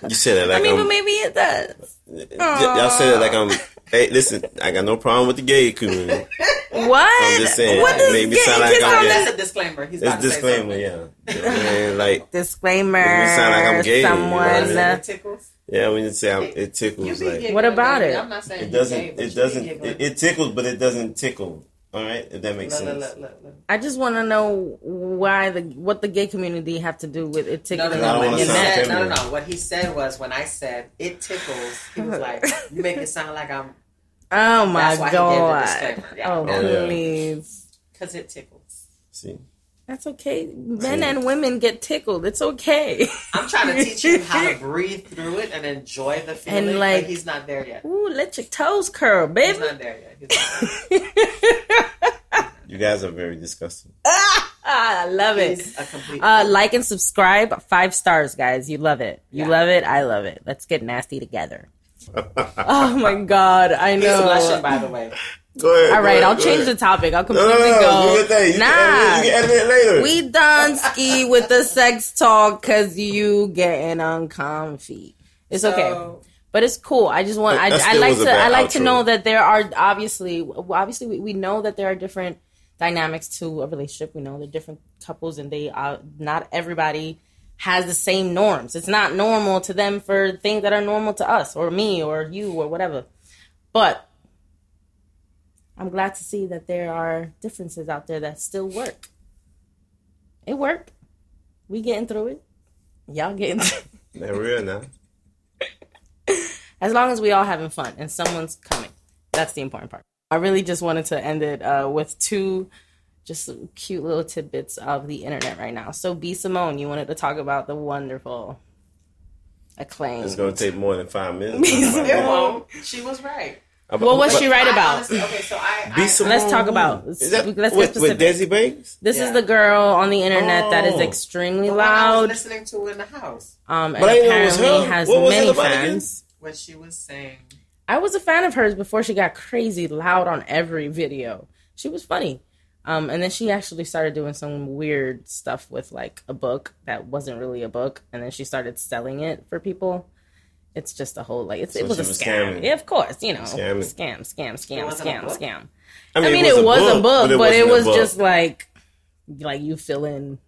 Speaker 4: You said it like
Speaker 3: I mean,
Speaker 5: um,
Speaker 3: but
Speaker 4: I'm.
Speaker 3: maybe it does.
Speaker 4: y- y'all said it like I'm. Hey, listen, I got no problem with the gay community.
Speaker 3: What?
Speaker 4: I'm just saying,
Speaker 3: what
Speaker 4: it
Speaker 3: does
Speaker 4: made me
Speaker 3: getting
Speaker 4: sound like
Speaker 3: kissed
Speaker 4: I'm
Speaker 3: on
Speaker 4: gay.
Speaker 3: the-
Speaker 5: that's a disclaimer.
Speaker 4: It's
Speaker 5: He's about
Speaker 4: a
Speaker 5: to
Speaker 4: disclaimer,
Speaker 5: say
Speaker 4: yeah. You know what I mean? like,
Speaker 3: Disclaimer.
Speaker 4: It sound like I'm gay, you know what I
Speaker 3: Someone. uh,
Speaker 5: something.
Speaker 4: mean? Yeah.
Speaker 5: It tickles.
Speaker 4: yeah, when you say I'm, it
Speaker 5: You
Speaker 4: tickles,
Speaker 5: be
Speaker 4: like
Speaker 5: giggling,
Speaker 3: What about
Speaker 5: baby.
Speaker 3: it?
Speaker 5: I'm not saying
Speaker 4: it
Speaker 5: you
Speaker 4: doesn't,
Speaker 5: gay, but you
Speaker 4: it
Speaker 5: be
Speaker 4: doesn't,
Speaker 5: giggling.
Speaker 4: it, it tickles, but it doesn't tickle. All right, if that makes
Speaker 5: Look, look,
Speaker 4: sense.
Speaker 5: look, look, look.
Speaker 3: I just want to know why the what the gay community have to do with it
Speaker 5: No,
Speaker 3: tickling
Speaker 5: no,
Speaker 4: I
Speaker 5: no.
Speaker 4: don't
Speaker 5: What
Speaker 4: wanna
Speaker 5: he
Speaker 3: your
Speaker 4: sound
Speaker 5: said,
Speaker 3: neck.
Speaker 5: no, no,
Speaker 4: feminine.
Speaker 5: no. What he said was when I said it tickles, he was like, "You make it sound like I'm
Speaker 3: Oh my
Speaker 5: That's why he gave the
Speaker 3: god!
Speaker 5: disclaimer. Yeah.
Speaker 3: Oh
Speaker 4: Oh, yeah.
Speaker 3: please,
Speaker 5: because it tickles."
Speaker 4: See,
Speaker 3: that's okay. Men
Speaker 4: See.
Speaker 3: and women get tickled. It's okay.
Speaker 5: I'm trying to teach him how to breathe through it and enjoy the feeling,
Speaker 3: And, like-
Speaker 5: but he's not there yet.
Speaker 3: Ooh, let your toes curl,
Speaker 5: He's
Speaker 3: baby.
Speaker 5: not there yet. He's not there.
Speaker 4: you guys are very disgusting.
Speaker 3: Ah, I love it.
Speaker 5: He's a complete.
Speaker 3: Uh, like and subscribe. Five stars, guys. You love it. You
Speaker 5: Yeah.
Speaker 3: love it. I love it. Let's get nasty together. oh my god, I
Speaker 5: He's
Speaker 3: know.
Speaker 5: blushing, by the way.
Speaker 4: Go ahead.
Speaker 3: All right, I'll
Speaker 4: go
Speaker 3: change the
Speaker 4: ahead.
Speaker 3: topic. I'll
Speaker 4: No,
Speaker 3: completely
Speaker 4: no, no,
Speaker 3: go.
Speaker 4: you can edit it. You
Speaker 3: nah,
Speaker 4: can edit it later.
Speaker 3: we done ski with the sex talk because you getting uncomfy. It's okay,
Speaker 5: So,
Speaker 3: but it's cool. I just want.
Speaker 4: That-
Speaker 3: I,
Speaker 4: that
Speaker 3: I
Speaker 4: still
Speaker 3: like
Speaker 4: was a
Speaker 3: to.
Speaker 4: bad
Speaker 3: I like to
Speaker 4: outro.
Speaker 3: know that there are obviously. Obviously, we, we know that there are different dynamics to a relationship. We know there are different couples, and they are not everybody has the same norms. It's not normal to them for things that are normal to us, or me, or you, or whatever. But I'm glad to see that there are differences out there that still work. It worked. We getting through it. Y'all getting through
Speaker 4: They're real now.
Speaker 3: as long as we all having fun and someone's coming. That's the important part. I really just wanted to end it uh, with two just cute little tidbits of the internet right now. So B Simone, you wanted to talk about the wonderful acclaim.
Speaker 4: It's gonna take more than five minutes.
Speaker 5: it won't. She was right.
Speaker 3: What was she right
Speaker 5: I
Speaker 3: about?
Speaker 5: honestly- okay, so I.
Speaker 4: Be
Speaker 5: I
Speaker 4: some-
Speaker 3: Let's talk about.
Speaker 4: Is that
Speaker 3: Let's get
Speaker 4: with, with
Speaker 3: specific.
Speaker 4: Desi Banks?
Speaker 3: This
Speaker 5: Yeah.
Speaker 3: is the girl on the internet that is
Speaker 4: Oh.
Speaker 3: extremely
Speaker 5: the one I was
Speaker 3: loud.
Speaker 5: listening to in the house
Speaker 3: Um, and
Speaker 4: But I didn't know it was
Speaker 3: apparently
Speaker 4: her.
Speaker 3: has
Speaker 4: What was it
Speaker 3: many
Speaker 4: about again?
Speaker 3: fans.
Speaker 5: when she was saying.
Speaker 3: I was a fan of hers before she got crazy loud on every video. She was funny. Um, and then she actually started doing some weird stuff with like a book that wasn't really a book, and then she started selling it for people. It's just a whole like it's,
Speaker 4: So
Speaker 3: it was
Speaker 4: she
Speaker 3: a
Speaker 4: was
Speaker 3: scam.
Speaker 4: scamming.
Speaker 3: Yeah, of course, you know,
Speaker 4: Scamming.
Speaker 3: scam, scam,
Speaker 5: It
Speaker 3: scam,
Speaker 5: wasn't a
Speaker 3: scam,
Speaker 5: book?
Speaker 3: scam. I mean, it was, a book, but it, was just like like you fill in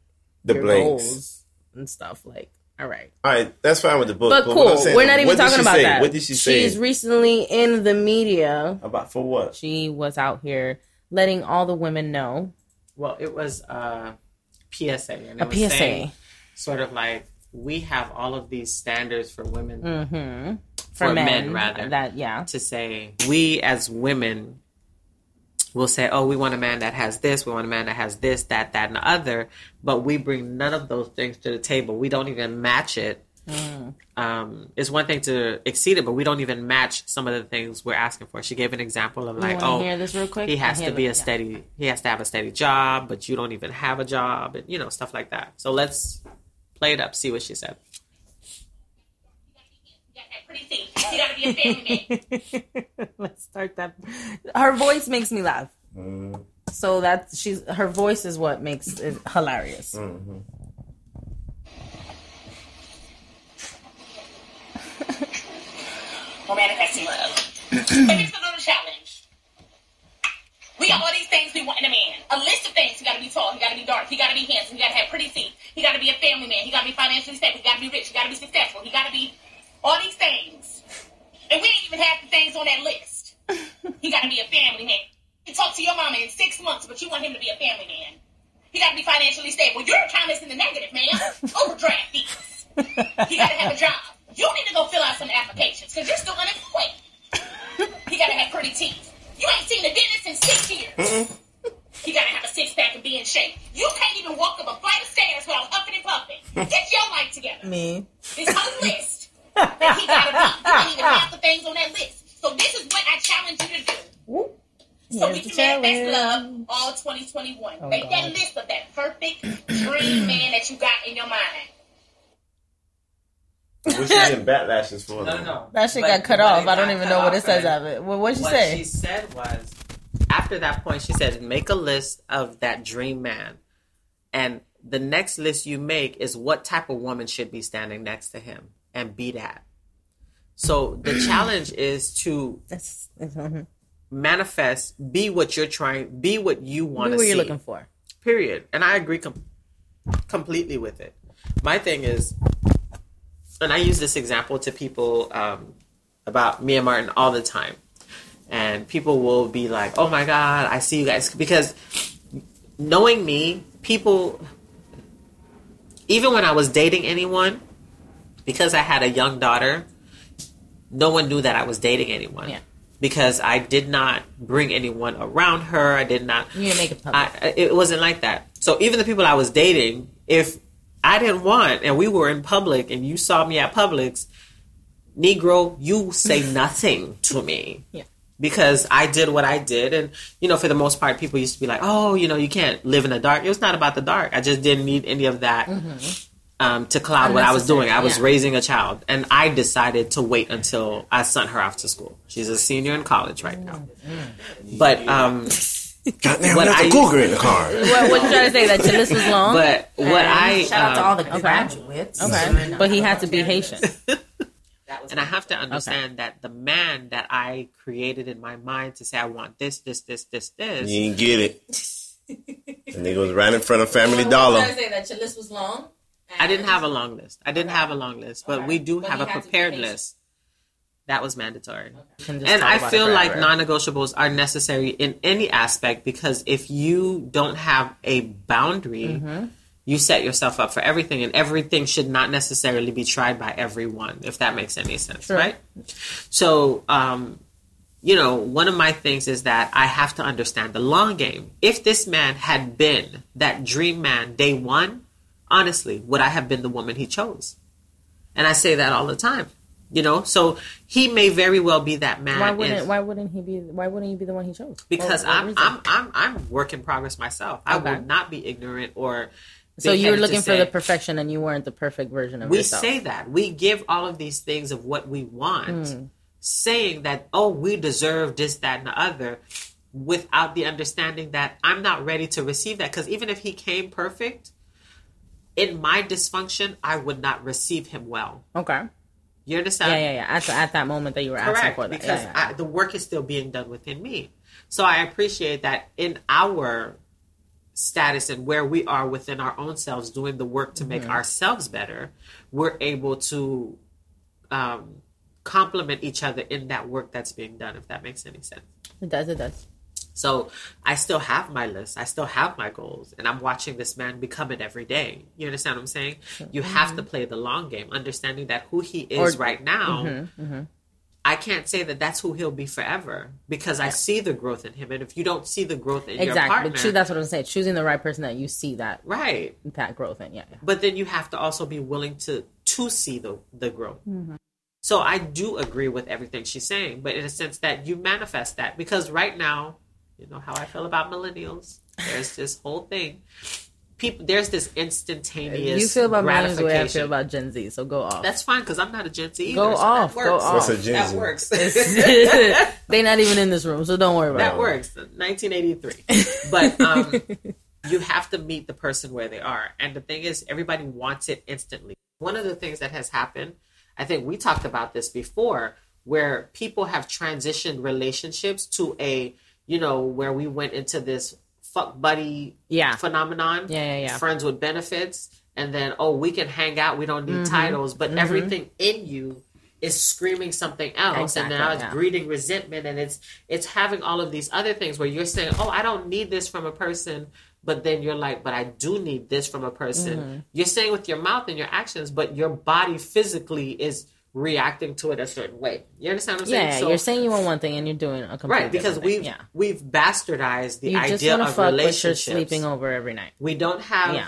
Speaker 4: the
Speaker 3: your
Speaker 4: blanks.
Speaker 3: goals and stuff. Like, all right.
Speaker 4: All right, that's fine with the book.
Speaker 3: But
Speaker 4: what I'm
Speaker 3: cool.
Speaker 4: saying,
Speaker 3: We're not even
Speaker 4: what did
Speaker 3: talking
Speaker 4: she
Speaker 3: about
Speaker 4: say?
Speaker 3: that.
Speaker 4: What did she
Speaker 3: She's
Speaker 4: say?
Speaker 3: recently in the media.
Speaker 4: about for what?
Speaker 3: She was out here letting all the women know
Speaker 5: Well, it was uh, a PSA, and it
Speaker 3: a
Speaker 5: was saying
Speaker 3: PSA
Speaker 5: sort of like we have all of these standards for women
Speaker 3: hmm for,
Speaker 5: For
Speaker 3: men,
Speaker 5: men, rather.
Speaker 3: That yeah.
Speaker 5: to say we as women will say, "Oh, we want a man that has this. We want a man that has this, that, that, and the other." But we bring none of those things to the table. We don't even match it.
Speaker 3: Mm.
Speaker 5: Um, it's one thing to exceed it, but we don't even match some of the things we're asking for. She gave an example of
Speaker 3: You want
Speaker 5: like,
Speaker 3: to
Speaker 5: "Oh,
Speaker 3: hear this real quick?
Speaker 5: he has
Speaker 3: I
Speaker 5: to
Speaker 3: hear
Speaker 5: be
Speaker 3: the-
Speaker 5: a steady he has to have a steady job but you don't even have a job and you know stuff like that so let's play it up see what she said
Speaker 1: got that pretty face. You gotta be a family man.
Speaker 3: Let's start that. Her voice makes me laugh. So that's she's her voice is what makes it hilarious.
Speaker 5: Mm.
Speaker 1: We're manifesting love. and it's another challenge. We got all these things we want in a man. A list of things. He gotta be tall. He gotta be dark. He gotta be handsome. He gotta have pretty teeth. He gotta be a family man. He gotta be financially stable. He gotta be rich. He gotta be successful. He gotta be all these things. And we ain't even have the things on that list. He gotta be a family man. You talk to your mama in six months, but you want him to be a family man. He gotta be financially stable. Your account is in the negative, man. Overdraft fees. He gotta have a job. You need to go fill out some applications because you're still unemployed. He gotta have pretty teeth. You ain't seen a dentist in six years. He gotta have a six pack and be in shape. You can't even walk up a flight of stairs without upping and pumping. Get your life together.
Speaker 3: Me.
Speaker 1: This whole list that he gotta be. You ain't even half the things on that list. So this is what I challenge you to do. So we
Speaker 3: Here's
Speaker 1: can
Speaker 3: the
Speaker 1: manifest
Speaker 3: challenge.
Speaker 1: love all 2021.
Speaker 3: Oh,
Speaker 1: Make that
Speaker 3: God.
Speaker 1: list of that perfect dream man that you got in your mind.
Speaker 4: What's she getting backlashes for? though?
Speaker 3: That shit
Speaker 5: But
Speaker 3: got cut
Speaker 5: when
Speaker 3: off.
Speaker 5: it
Speaker 3: I don't
Speaker 5: got
Speaker 3: even
Speaker 5: cut
Speaker 3: know what
Speaker 5: off
Speaker 3: it says
Speaker 5: and
Speaker 3: of it. Well, what'd you
Speaker 5: what
Speaker 3: say?
Speaker 5: she said was after that point she said make a list of that dream man and the next list you make is what type of woman should be standing next to him and be that so the challenge is to
Speaker 3: That's, mhm.
Speaker 5: manifest be what you're trying be what you
Speaker 3: Be
Speaker 5: want to
Speaker 3: what
Speaker 5: see
Speaker 3: you're looking for.
Speaker 5: period and i agree com- completely with it my thing is and i use this example to people um, about me and martin all the time and people will be like oh my god i see you guys because knowing me people even when i was dating anyone because i had a young daughter no one knew that i was dating anyone
Speaker 3: Yeah.
Speaker 5: because i did not bring anyone around her i did not
Speaker 3: You didn't make it public.
Speaker 5: I, I- it wasn't like that. So even the people I was dating, if I didn't want, and we were in public, and you saw me at Publix, Negro, you say nothing to me.
Speaker 3: Yeah.
Speaker 5: because I did what I did. And, you know, for the most part, people used to be like, oh, you know, you can't live in the dark. It was not about the dark. I just didn't need any of that
Speaker 7: Mm-hmm.
Speaker 5: um, to cloud what I was doing. I was
Speaker 3: yeah.
Speaker 5: raising a child, and I decided to wait until I sent her off to school. She's a senior in college right now.
Speaker 7: Mm-hmm.
Speaker 5: But, um,
Speaker 4: Goddamn,
Speaker 5: What
Speaker 4: left
Speaker 5: I-
Speaker 4: a cougar in the car.
Speaker 7: What, what you trying to say? That your list was long?
Speaker 5: but what I.
Speaker 7: Shout out to
Speaker 5: um,
Speaker 7: all the
Speaker 3: Okay.
Speaker 7: graduates.
Speaker 3: Okay. But he had to be Haitian.
Speaker 5: and I have to understand that the man that I created in my mind to say I want this, this, this, this, this.
Speaker 4: You didn't get it. the nigga was right in front of Family Dollar.
Speaker 3: say that your list was long?
Speaker 5: I didn't have a long list. I didn't have a long list, but we do
Speaker 3: But
Speaker 5: have
Speaker 3: you
Speaker 5: a
Speaker 3: had to be
Speaker 5: prepared
Speaker 3: patient.
Speaker 5: list. That was mandatory.
Speaker 3: And,
Speaker 5: And I feel like non negotiables are necessary in any aspect because if you don't have a boundary, you set yourself up for everything, and everything should not necessarily be tried by everyone, if that makes any sense, right? So, um, you know, one of my things is that I have to understand the long game. If this man had been that dream man day one, honestly, would I have been the woman he chose? And I say that all the time. You know, so he may very well be that man.
Speaker 3: Why
Speaker 5: in-
Speaker 3: wouldn't Why wouldn't he be Why wouldn't you be the one he chose?
Speaker 5: because
Speaker 3: For what
Speaker 5: I'm,
Speaker 3: reason?
Speaker 5: I'm I'm I'm work in progress myself. I
Speaker 3: Okay.
Speaker 5: will not be ignorant or.
Speaker 3: so you were
Speaker 5: big-headed to
Speaker 3: looking for
Speaker 5: say-
Speaker 3: the perfection, and you weren't the perfect version of
Speaker 5: we
Speaker 3: yourself.
Speaker 5: say that we give all of these things of what we want,
Speaker 3: Hmm.
Speaker 5: saying that oh we deserve this that and the other, without the understanding that I'm not ready to receive that because even if he came perfect, in my dysfunction I would not receive him well.
Speaker 3: okay.
Speaker 5: You understand?
Speaker 3: Yeah, yeah, yeah. At, the, at that moment that you were asking
Speaker 5: Correct,
Speaker 3: for that,
Speaker 5: because
Speaker 3: yeah, yeah.
Speaker 5: I, the work is still being done within me. So I appreciate that in our status and where we are within our own selves, doing the work to
Speaker 3: Mm-hmm.
Speaker 5: make ourselves better, we're able to um, complement each other in that work that's being done. If that makes any sense.
Speaker 3: it does, it does.
Speaker 5: So I still have my list. I still have my goals. And I'm watching this man become it every day. You understand what I'm saying? You have to play the long game, understanding that who he is
Speaker 3: Mm-hmm. Or- Mm-hmm,
Speaker 5: right now. I can't say that that's who he'll be forever because I see the growth in him. And if you don't see the growth in your
Speaker 3: Exactly.
Speaker 5: partner,
Speaker 3: But choo- that's what I'm saying. Choosing the right person that you see that
Speaker 5: right.
Speaker 3: that growth in. Yeah, yeah.
Speaker 5: But then you have to also be willing to to see the the growth.
Speaker 3: Mm-hmm.
Speaker 5: So I do agree with everything she's saying, but in a sense that you manifest that because right now, you know how I feel about millennials. There's this whole thing. People, there's this instantaneous.
Speaker 3: you feel about millennials the way I
Speaker 5: gratification.
Speaker 3: feel about Gen Z. So go off.
Speaker 5: That's fine because I'm not a Gen Z. Either,
Speaker 3: Go
Speaker 5: so
Speaker 3: off,
Speaker 5: That
Speaker 3: go
Speaker 5: works.
Speaker 3: off.
Speaker 4: What's a Gen
Speaker 5: That
Speaker 4: Z?
Speaker 5: works.
Speaker 3: They're not even in this room, so don't worry about
Speaker 5: that
Speaker 3: it.
Speaker 5: works. 1983. But um, you have to meet the person where they are. And the thing is, everybody wants it instantly. One of the things that has happened, I think we talked about this before, where people have transitioned relationships to a, you know, where we went into this fuck buddy
Speaker 3: Yeah.
Speaker 5: phenomenon.
Speaker 3: Yeah, yeah, yeah.
Speaker 5: Friends with benefits. And then, oh, we can hang out. We don't need
Speaker 3: Mm-hmm.
Speaker 5: titles. But everything in you is screaming something else.
Speaker 3: Exactly,
Speaker 5: and now it's
Speaker 3: yeah.
Speaker 5: breeding resentment. And it's it's having all of these other things where you're saying, oh, I don't need this from a person. But then you're like, but I do need this from a person.
Speaker 3: Mm-hmm.
Speaker 5: You're saying with your mouth and your actions, but your body physically is reacting to it a certain way. You understand what I'm
Speaker 3: Yeah,
Speaker 5: saying?
Speaker 3: yeah,
Speaker 5: So-
Speaker 3: you're saying you want one thing and you're doing a completely
Speaker 5: right because
Speaker 3: different thing. yeah.
Speaker 5: we've we've bastardized the
Speaker 3: You just
Speaker 5: idea
Speaker 3: want to
Speaker 5: of
Speaker 3: fuck, but you're
Speaker 5: relationships.
Speaker 3: sleeping over every night.
Speaker 5: We don't have
Speaker 3: Yeah.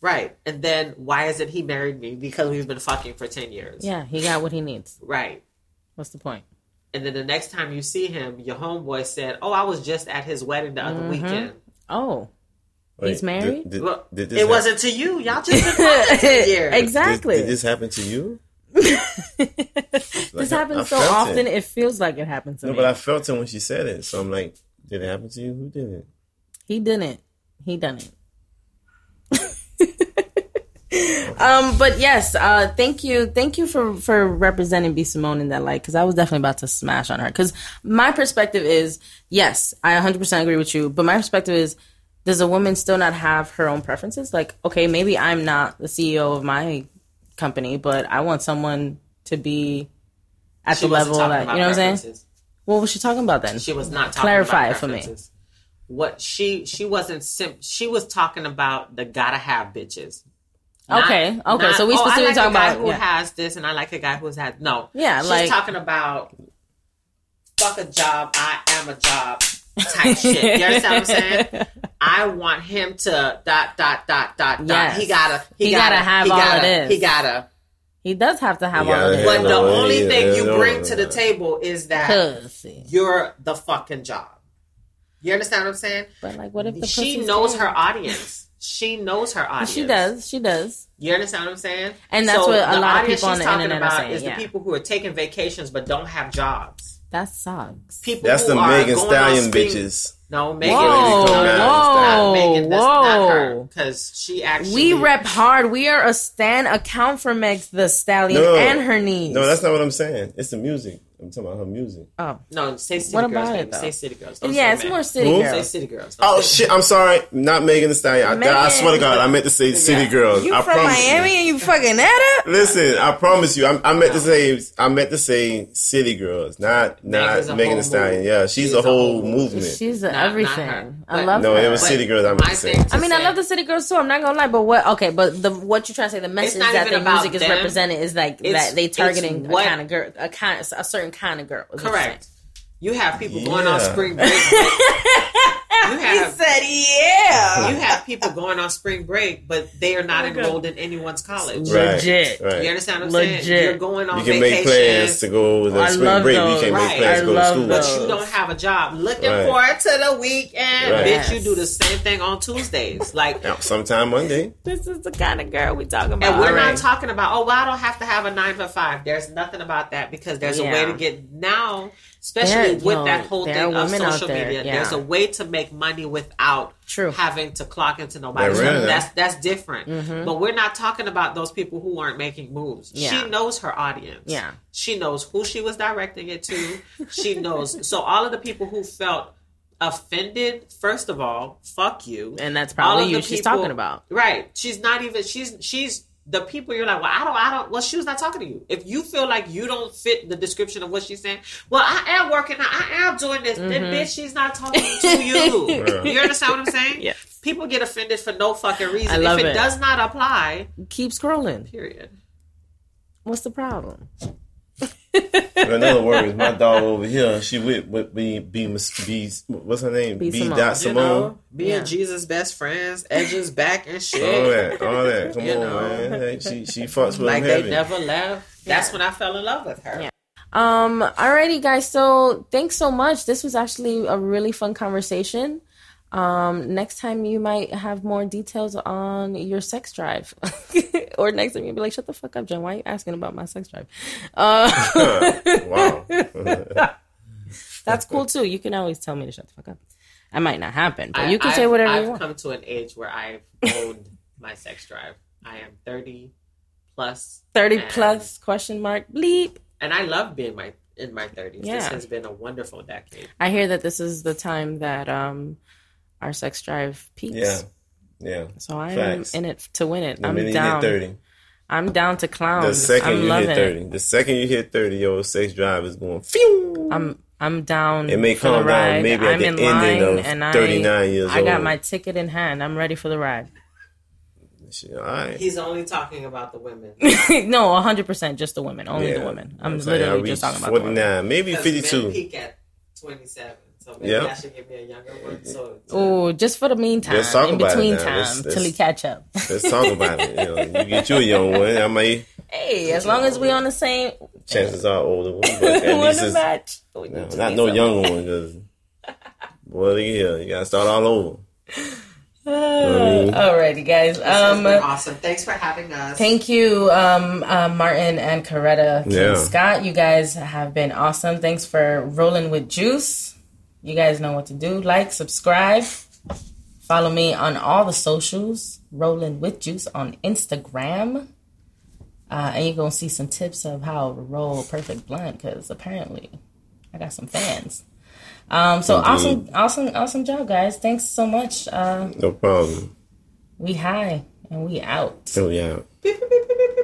Speaker 5: right. And then why isn't he married me? Because we've been fucking for ten years.
Speaker 3: Yeah, he got what he needs.
Speaker 5: Right.
Speaker 3: What's the point?
Speaker 5: And then the next time you see him, your homeboy said, "Oh, I was just at his wedding the
Speaker 3: Mm-hmm.
Speaker 5: other weekend."
Speaker 3: Oh, He's
Speaker 4: did-
Speaker 3: married?
Speaker 4: did-
Speaker 5: Well,
Speaker 4: did
Speaker 5: it
Speaker 4: this hap-
Speaker 5: wasn't to you. Y'all just been fucking for years.
Speaker 3: exactly.
Speaker 4: Did, did this happen to you?
Speaker 3: this
Speaker 4: Like, I- I
Speaker 3: happens so
Speaker 4: felt
Speaker 3: often,
Speaker 4: It.
Speaker 3: it feels like it happens to
Speaker 4: No,
Speaker 3: me.
Speaker 4: but I felt it when she said it. So I'm like, did it happen to you? Who did it?
Speaker 3: He didn't. He done it. um, but yes, uh, thank you, thank you for for representing B Simone in that light because I was definitely about to smash on her because my perspective is yes, I 100 percent agree with you, but my perspective is does a woman still not have her own preferences? Like, okay, maybe I'm not the CEO of my company, but I want someone to be at
Speaker 5: She
Speaker 3: the
Speaker 5: wasn't
Speaker 3: level
Speaker 5: talking
Speaker 3: that
Speaker 5: about
Speaker 3: you know what I'm saying.
Speaker 5: preferences.
Speaker 3: What was she talking about then?
Speaker 5: She was not talking
Speaker 3: Clarify
Speaker 5: about
Speaker 3: it for me.
Speaker 5: preferences. What she she wasn't sim- she was talking about the gotta have bitches. Not-
Speaker 3: okay, okay.
Speaker 5: not,
Speaker 3: so we
Speaker 5: "Oh, I
Speaker 3: specifically
Speaker 5: like
Speaker 3: talk
Speaker 5: a guy
Speaker 3: about
Speaker 5: who
Speaker 3: yeah.
Speaker 5: has this, and I like a guy who's had no.
Speaker 3: Yeah,
Speaker 5: she's
Speaker 3: like-
Speaker 5: talking about fuck a job, I am a job type shit. You understand what I'm saying? I want him to dot dot dot dot dot.
Speaker 3: Yes.
Speaker 5: He gotta he,
Speaker 3: He
Speaker 5: gotta,
Speaker 3: gotta have
Speaker 5: he
Speaker 3: all of
Speaker 5: gotta,
Speaker 3: this.
Speaker 5: He gotta.
Speaker 3: He does have to have
Speaker 4: Yeah,
Speaker 3: all of
Speaker 4: yeah.
Speaker 3: it.
Speaker 5: But the
Speaker 4: no,
Speaker 5: only
Speaker 4: yeah,
Speaker 5: thing you
Speaker 4: no,
Speaker 5: bring
Speaker 4: no,
Speaker 5: to the
Speaker 4: no.
Speaker 5: table is that
Speaker 3: Pussy.
Speaker 5: you're the fucking job. You understand what I'm saying?
Speaker 3: But like, what if the
Speaker 5: She
Speaker 3: pussy's
Speaker 5: knows
Speaker 3: good?
Speaker 5: her audience. She knows her audience.
Speaker 3: She does. She does.
Speaker 5: You understand what I'm saying?
Speaker 3: And that's what a lot
Speaker 5: the
Speaker 3: of
Speaker 5: audience
Speaker 3: people on the
Speaker 5: she's talking
Speaker 3: internet are
Speaker 5: about
Speaker 3: saying,
Speaker 5: Is
Speaker 3: yeah.
Speaker 5: the people who are taking vacations but don't have jobs?
Speaker 3: That sucks.
Speaker 5: People
Speaker 4: That's
Speaker 5: who
Speaker 4: the
Speaker 5: are
Speaker 4: Megan
Speaker 5: going on
Speaker 4: Stallion
Speaker 5: speed-
Speaker 4: bitches.
Speaker 5: No, Megan.
Speaker 3: Whoa,
Speaker 5: no, no,
Speaker 3: whoa,
Speaker 5: no, Megan, that's not her
Speaker 3: whoa.
Speaker 5: because she actually.
Speaker 3: We rep hard. We are a stan account for Meg the Stallion
Speaker 4: No.
Speaker 3: and her niece.
Speaker 4: No, that's not what I'm saying. It's the music. I'm talking about her music.
Speaker 3: Oh,
Speaker 5: No, say city
Speaker 3: What
Speaker 5: girls.
Speaker 3: about
Speaker 5: baby.
Speaker 3: it, though?
Speaker 5: say city girls. Don't
Speaker 3: yeah,
Speaker 5: say
Speaker 3: it's
Speaker 5: Meg.
Speaker 3: more city
Speaker 4: Who?
Speaker 5: Say
Speaker 3: girls.
Speaker 5: city girls. Don't
Speaker 4: Oh
Speaker 5: say
Speaker 4: shit! I'm sorry, not Megan Thee Stallion. I, I
Speaker 3: Megan.
Speaker 4: swear to God, I meant to say City Girls.
Speaker 3: You
Speaker 4: I
Speaker 3: from
Speaker 4: promise you.
Speaker 3: Miami and you fucking at it?
Speaker 4: Listen, I promise you, I, I meant to say I meant to say City Girls, not
Speaker 5: Megan's a
Speaker 4: not Megan
Speaker 5: whole
Speaker 4: Thee Stallion.
Speaker 5: movement.
Speaker 4: Yeah, she's,
Speaker 5: She's
Speaker 4: a
Speaker 5: a
Speaker 4: whole
Speaker 5: whole
Speaker 4: movement.
Speaker 3: She's a
Speaker 5: not
Speaker 3: everything.
Speaker 5: her.
Speaker 3: I
Speaker 5: But-
Speaker 3: love
Speaker 4: no,
Speaker 3: her.
Speaker 4: it was
Speaker 5: But
Speaker 4: City Girls. I'm
Speaker 5: my
Speaker 4: gonna say.
Speaker 5: thing to
Speaker 3: I mean, I
Speaker 5: say-
Speaker 3: love the city girls too. I'm not gonna lie, but what? Okay, but the what you're trying to say, the message
Speaker 5: not
Speaker 3: that
Speaker 5: even
Speaker 3: the
Speaker 5: about
Speaker 3: music is
Speaker 5: them.
Speaker 3: represented is like
Speaker 5: It's-
Speaker 3: that they
Speaker 5: it's
Speaker 3: targeting a
Speaker 5: what-
Speaker 3: kind of girl, a kind, a certain kind of girl. is what you're
Speaker 5: Correct. You have people going
Speaker 4: Yeah.
Speaker 5: on spring break. you have
Speaker 3: saying.
Speaker 5: you have people going on spring break, but they are
Speaker 3: Oh
Speaker 5: not enrolled in anyone's college.
Speaker 4: Right,
Speaker 3: Legit.
Speaker 4: Right.
Speaker 5: You understand what I'm
Speaker 3: Legit.
Speaker 5: saying? You're going on
Speaker 4: You can make
Speaker 5: vacation,
Speaker 4: plans to go to
Speaker 3: I
Speaker 4: spring
Speaker 3: love
Speaker 4: break. You
Speaker 3: those.
Speaker 4: can't make
Speaker 5: Right.
Speaker 4: plans
Speaker 5: I
Speaker 4: to go
Speaker 3: love
Speaker 4: to
Speaker 5: but
Speaker 4: school.
Speaker 5: you don't have a job. Looking
Speaker 4: Right.
Speaker 5: forward to the weekend,
Speaker 4: Right.
Speaker 5: bitch. You
Speaker 3: Yes.
Speaker 5: do the same thing on Tuesdays, like.
Speaker 4: Now, sometime Monday.
Speaker 3: This is the kind of girl we talking about.
Speaker 5: And we're
Speaker 3: already.
Speaker 5: not talking about oh well I don't have to have a nine for five. There's nothing about that because there's a way
Speaker 3: Yeah.
Speaker 5: to get now, especially
Speaker 3: There-
Speaker 5: with
Speaker 3: yo,
Speaker 5: that whole
Speaker 3: there
Speaker 5: thing
Speaker 3: are
Speaker 5: of
Speaker 3: women out
Speaker 5: social
Speaker 3: there,
Speaker 5: media.
Speaker 3: yeah.
Speaker 5: There's a way to make money without
Speaker 3: True.
Speaker 5: having to clock into nobody's
Speaker 4: There
Speaker 5: room.
Speaker 4: is.
Speaker 5: That's that's different.
Speaker 3: Mm-hmm.
Speaker 5: But we're not talking about those people who aren't making moves.
Speaker 3: Yeah.
Speaker 5: She knows her audience.
Speaker 3: Yeah.
Speaker 5: She knows who she was directing it to. she knows so all of the people who felt offended, first of all, fuck you.
Speaker 3: and that's
Speaker 5: All
Speaker 3: probably
Speaker 5: of
Speaker 3: you
Speaker 5: the
Speaker 3: she's
Speaker 5: people-
Speaker 3: talking about.
Speaker 5: Right. She's not even she's she's the people you're like, well, I don't, I don't. Well, she was not talking to you. If you feel like you don't fit the description of what she's saying, well, I am working. out, I am doing this. Then,
Speaker 3: Mm-hmm.
Speaker 5: bitch, she's not talking to you.
Speaker 4: Yeah.
Speaker 5: You understand what I'm saying?
Speaker 3: Yes.
Speaker 5: People get offended for no fucking reason.
Speaker 3: I love
Speaker 5: if it,
Speaker 3: it.
Speaker 5: does not apply,
Speaker 3: Keep scrolling.
Speaker 5: period.
Speaker 3: What's the problem?
Speaker 4: In other words, my dog over here, she with with be be, Miss- be what's her name?
Speaker 3: Be
Speaker 4: B.
Speaker 3: Simone.
Speaker 4: Dot
Speaker 5: You
Speaker 4: Simone.
Speaker 5: know, being
Speaker 3: Yeah.
Speaker 5: Jesus' best friends, edges back and
Speaker 4: All
Speaker 5: shit.
Speaker 4: that, all that. Come
Speaker 5: You
Speaker 4: on,
Speaker 5: know.
Speaker 4: man. Like, she she fucks with
Speaker 5: Like
Speaker 4: him
Speaker 5: they
Speaker 4: heavy.
Speaker 5: never left. That's when I fell in love with her.
Speaker 3: Yeah. Um, alrighty guys, so thanks so much. This was actually a really fun conversation. Um, next time you might have more details on your sex drive. or next time you'll be like, Shut the fuck up, Jen. Why are you asking about my sex drive? Uh,
Speaker 4: wow.
Speaker 3: that's cool too. You can always tell me to shut the fuck up. That might not happen, but
Speaker 5: I-
Speaker 3: you can
Speaker 5: I've-
Speaker 3: say whatever
Speaker 5: I've
Speaker 3: you want.
Speaker 5: come to an age where I've owned my sex drive. I am thirty plus,
Speaker 3: Thirty
Speaker 5: and-
Speaker 3: plus question mark bleep.
Speaker 5: and I love being my in my thirties. This
Speaker 3: Yeah.
Speaker 5: has been a wonderful decade.
Speaker 3: I hear that this is the time that um our sex drive peaks.
Speaker 4: Yeah, yeah.
Speaker 3: So I
Speaker 4: Facts.
Speaker 3: am in it to win it.
Speaker 4: The minute
Speaker 3: I'm
Speaker 4: you
Speaker 3: down.
Speaker 4: hit thirty,
Speaker 3: I'm down to clown.
Speaker 4: the second
Speaker 3: I'm
Speaker 4: you hit
Speaker 3: loving
Speaker 4: thirty,
Speaker 3: it.
Speaker 4: the second you hit thirty, your sex drive is going. Phew!
Speaker 3: I'm I'm down.
Speaker 4: It may
Speaker 3: for the
Speaker 4: calm
Speaker 3: ride.
Speaker 4: down maybe at
Speaker 3: I'm
Speaker 4: the
Speaker 3: in line,
Speaker 4: ending of
Speaker 3: and I,
Speaker 4: 39 years
Speaker 3: I got
Speaker 4: old.
Speaker 3: my ticket in hand. I'm ready for the ride.
Speaker 4: Shit, all right.
Speaker 5: He's only talking about the women.
Speaker 3: no, 100 percent just the women, only the
Speaker 4: Yeah.
Speaker 3: women. I'm
Speaker 4: saying, I
Speaker 3: literally
Speaker 4: reached
Speaker 3: just talking about the women.
Speaker 4: 49, maybe
Speaker 5: Because
Speaker 4: 52.
Speaker 5: Men peak at twenty-seven, so maybe
Speaker 4: Yeah.
Speaker 5: I should give me a younger one. So
Speaker 3: Ooh, just for the meantime,
Speaker 4: Let's talk
Speaker 3: in
Speaker 4: about it
Speaker 3: between
Speaker 4: now.
Speaker 3: time,
Speaker 4: Let's- let's-
Speaker 3: till he catch up.
Speaker 4: Let's talk about it. You, know, you get you a young one, I might,
Speaker 3: hey, as long as we on the same,
Speaker 4: chances are older one, but at
Speaker 3: what
Speaker 4: least
Speaker 3: a
Speaker 4: it's,
Speaker 3: match. We
Speaker 4: no,
Speaker 3: need to
Speaker 4: not
Speaker 3: be
Speaker 4: no
Speaker 3: some-
Speaker 4: younger one, because, boy, look here, you gotta start all over.
Speaker 3: Uh, Alrighty, guys.
Speaker 5: um,
Speaker 3: Um,
Speaker 5: awesome. Thanks for having us.
Speaker 3: Thank you, um, uh, Martin and Coretta King
Speaker 4: Yeah.
Speaker 3: Scott. You guys have been awesome. Thanks for rolling with juice. You guys know what to do. Like, subscribe, follow me on all the socials. Rolling with juice on Instagram, uh, and you're gonna see some tips of how to roll a perfect blunt because apparently I got some fans. Um, so awesome, awesome, awesome job, guys! Thanks so much. Uh,
Speaker 4: No problem.
Speaker 3: we high and we out.
Speaker 4: So, yeah.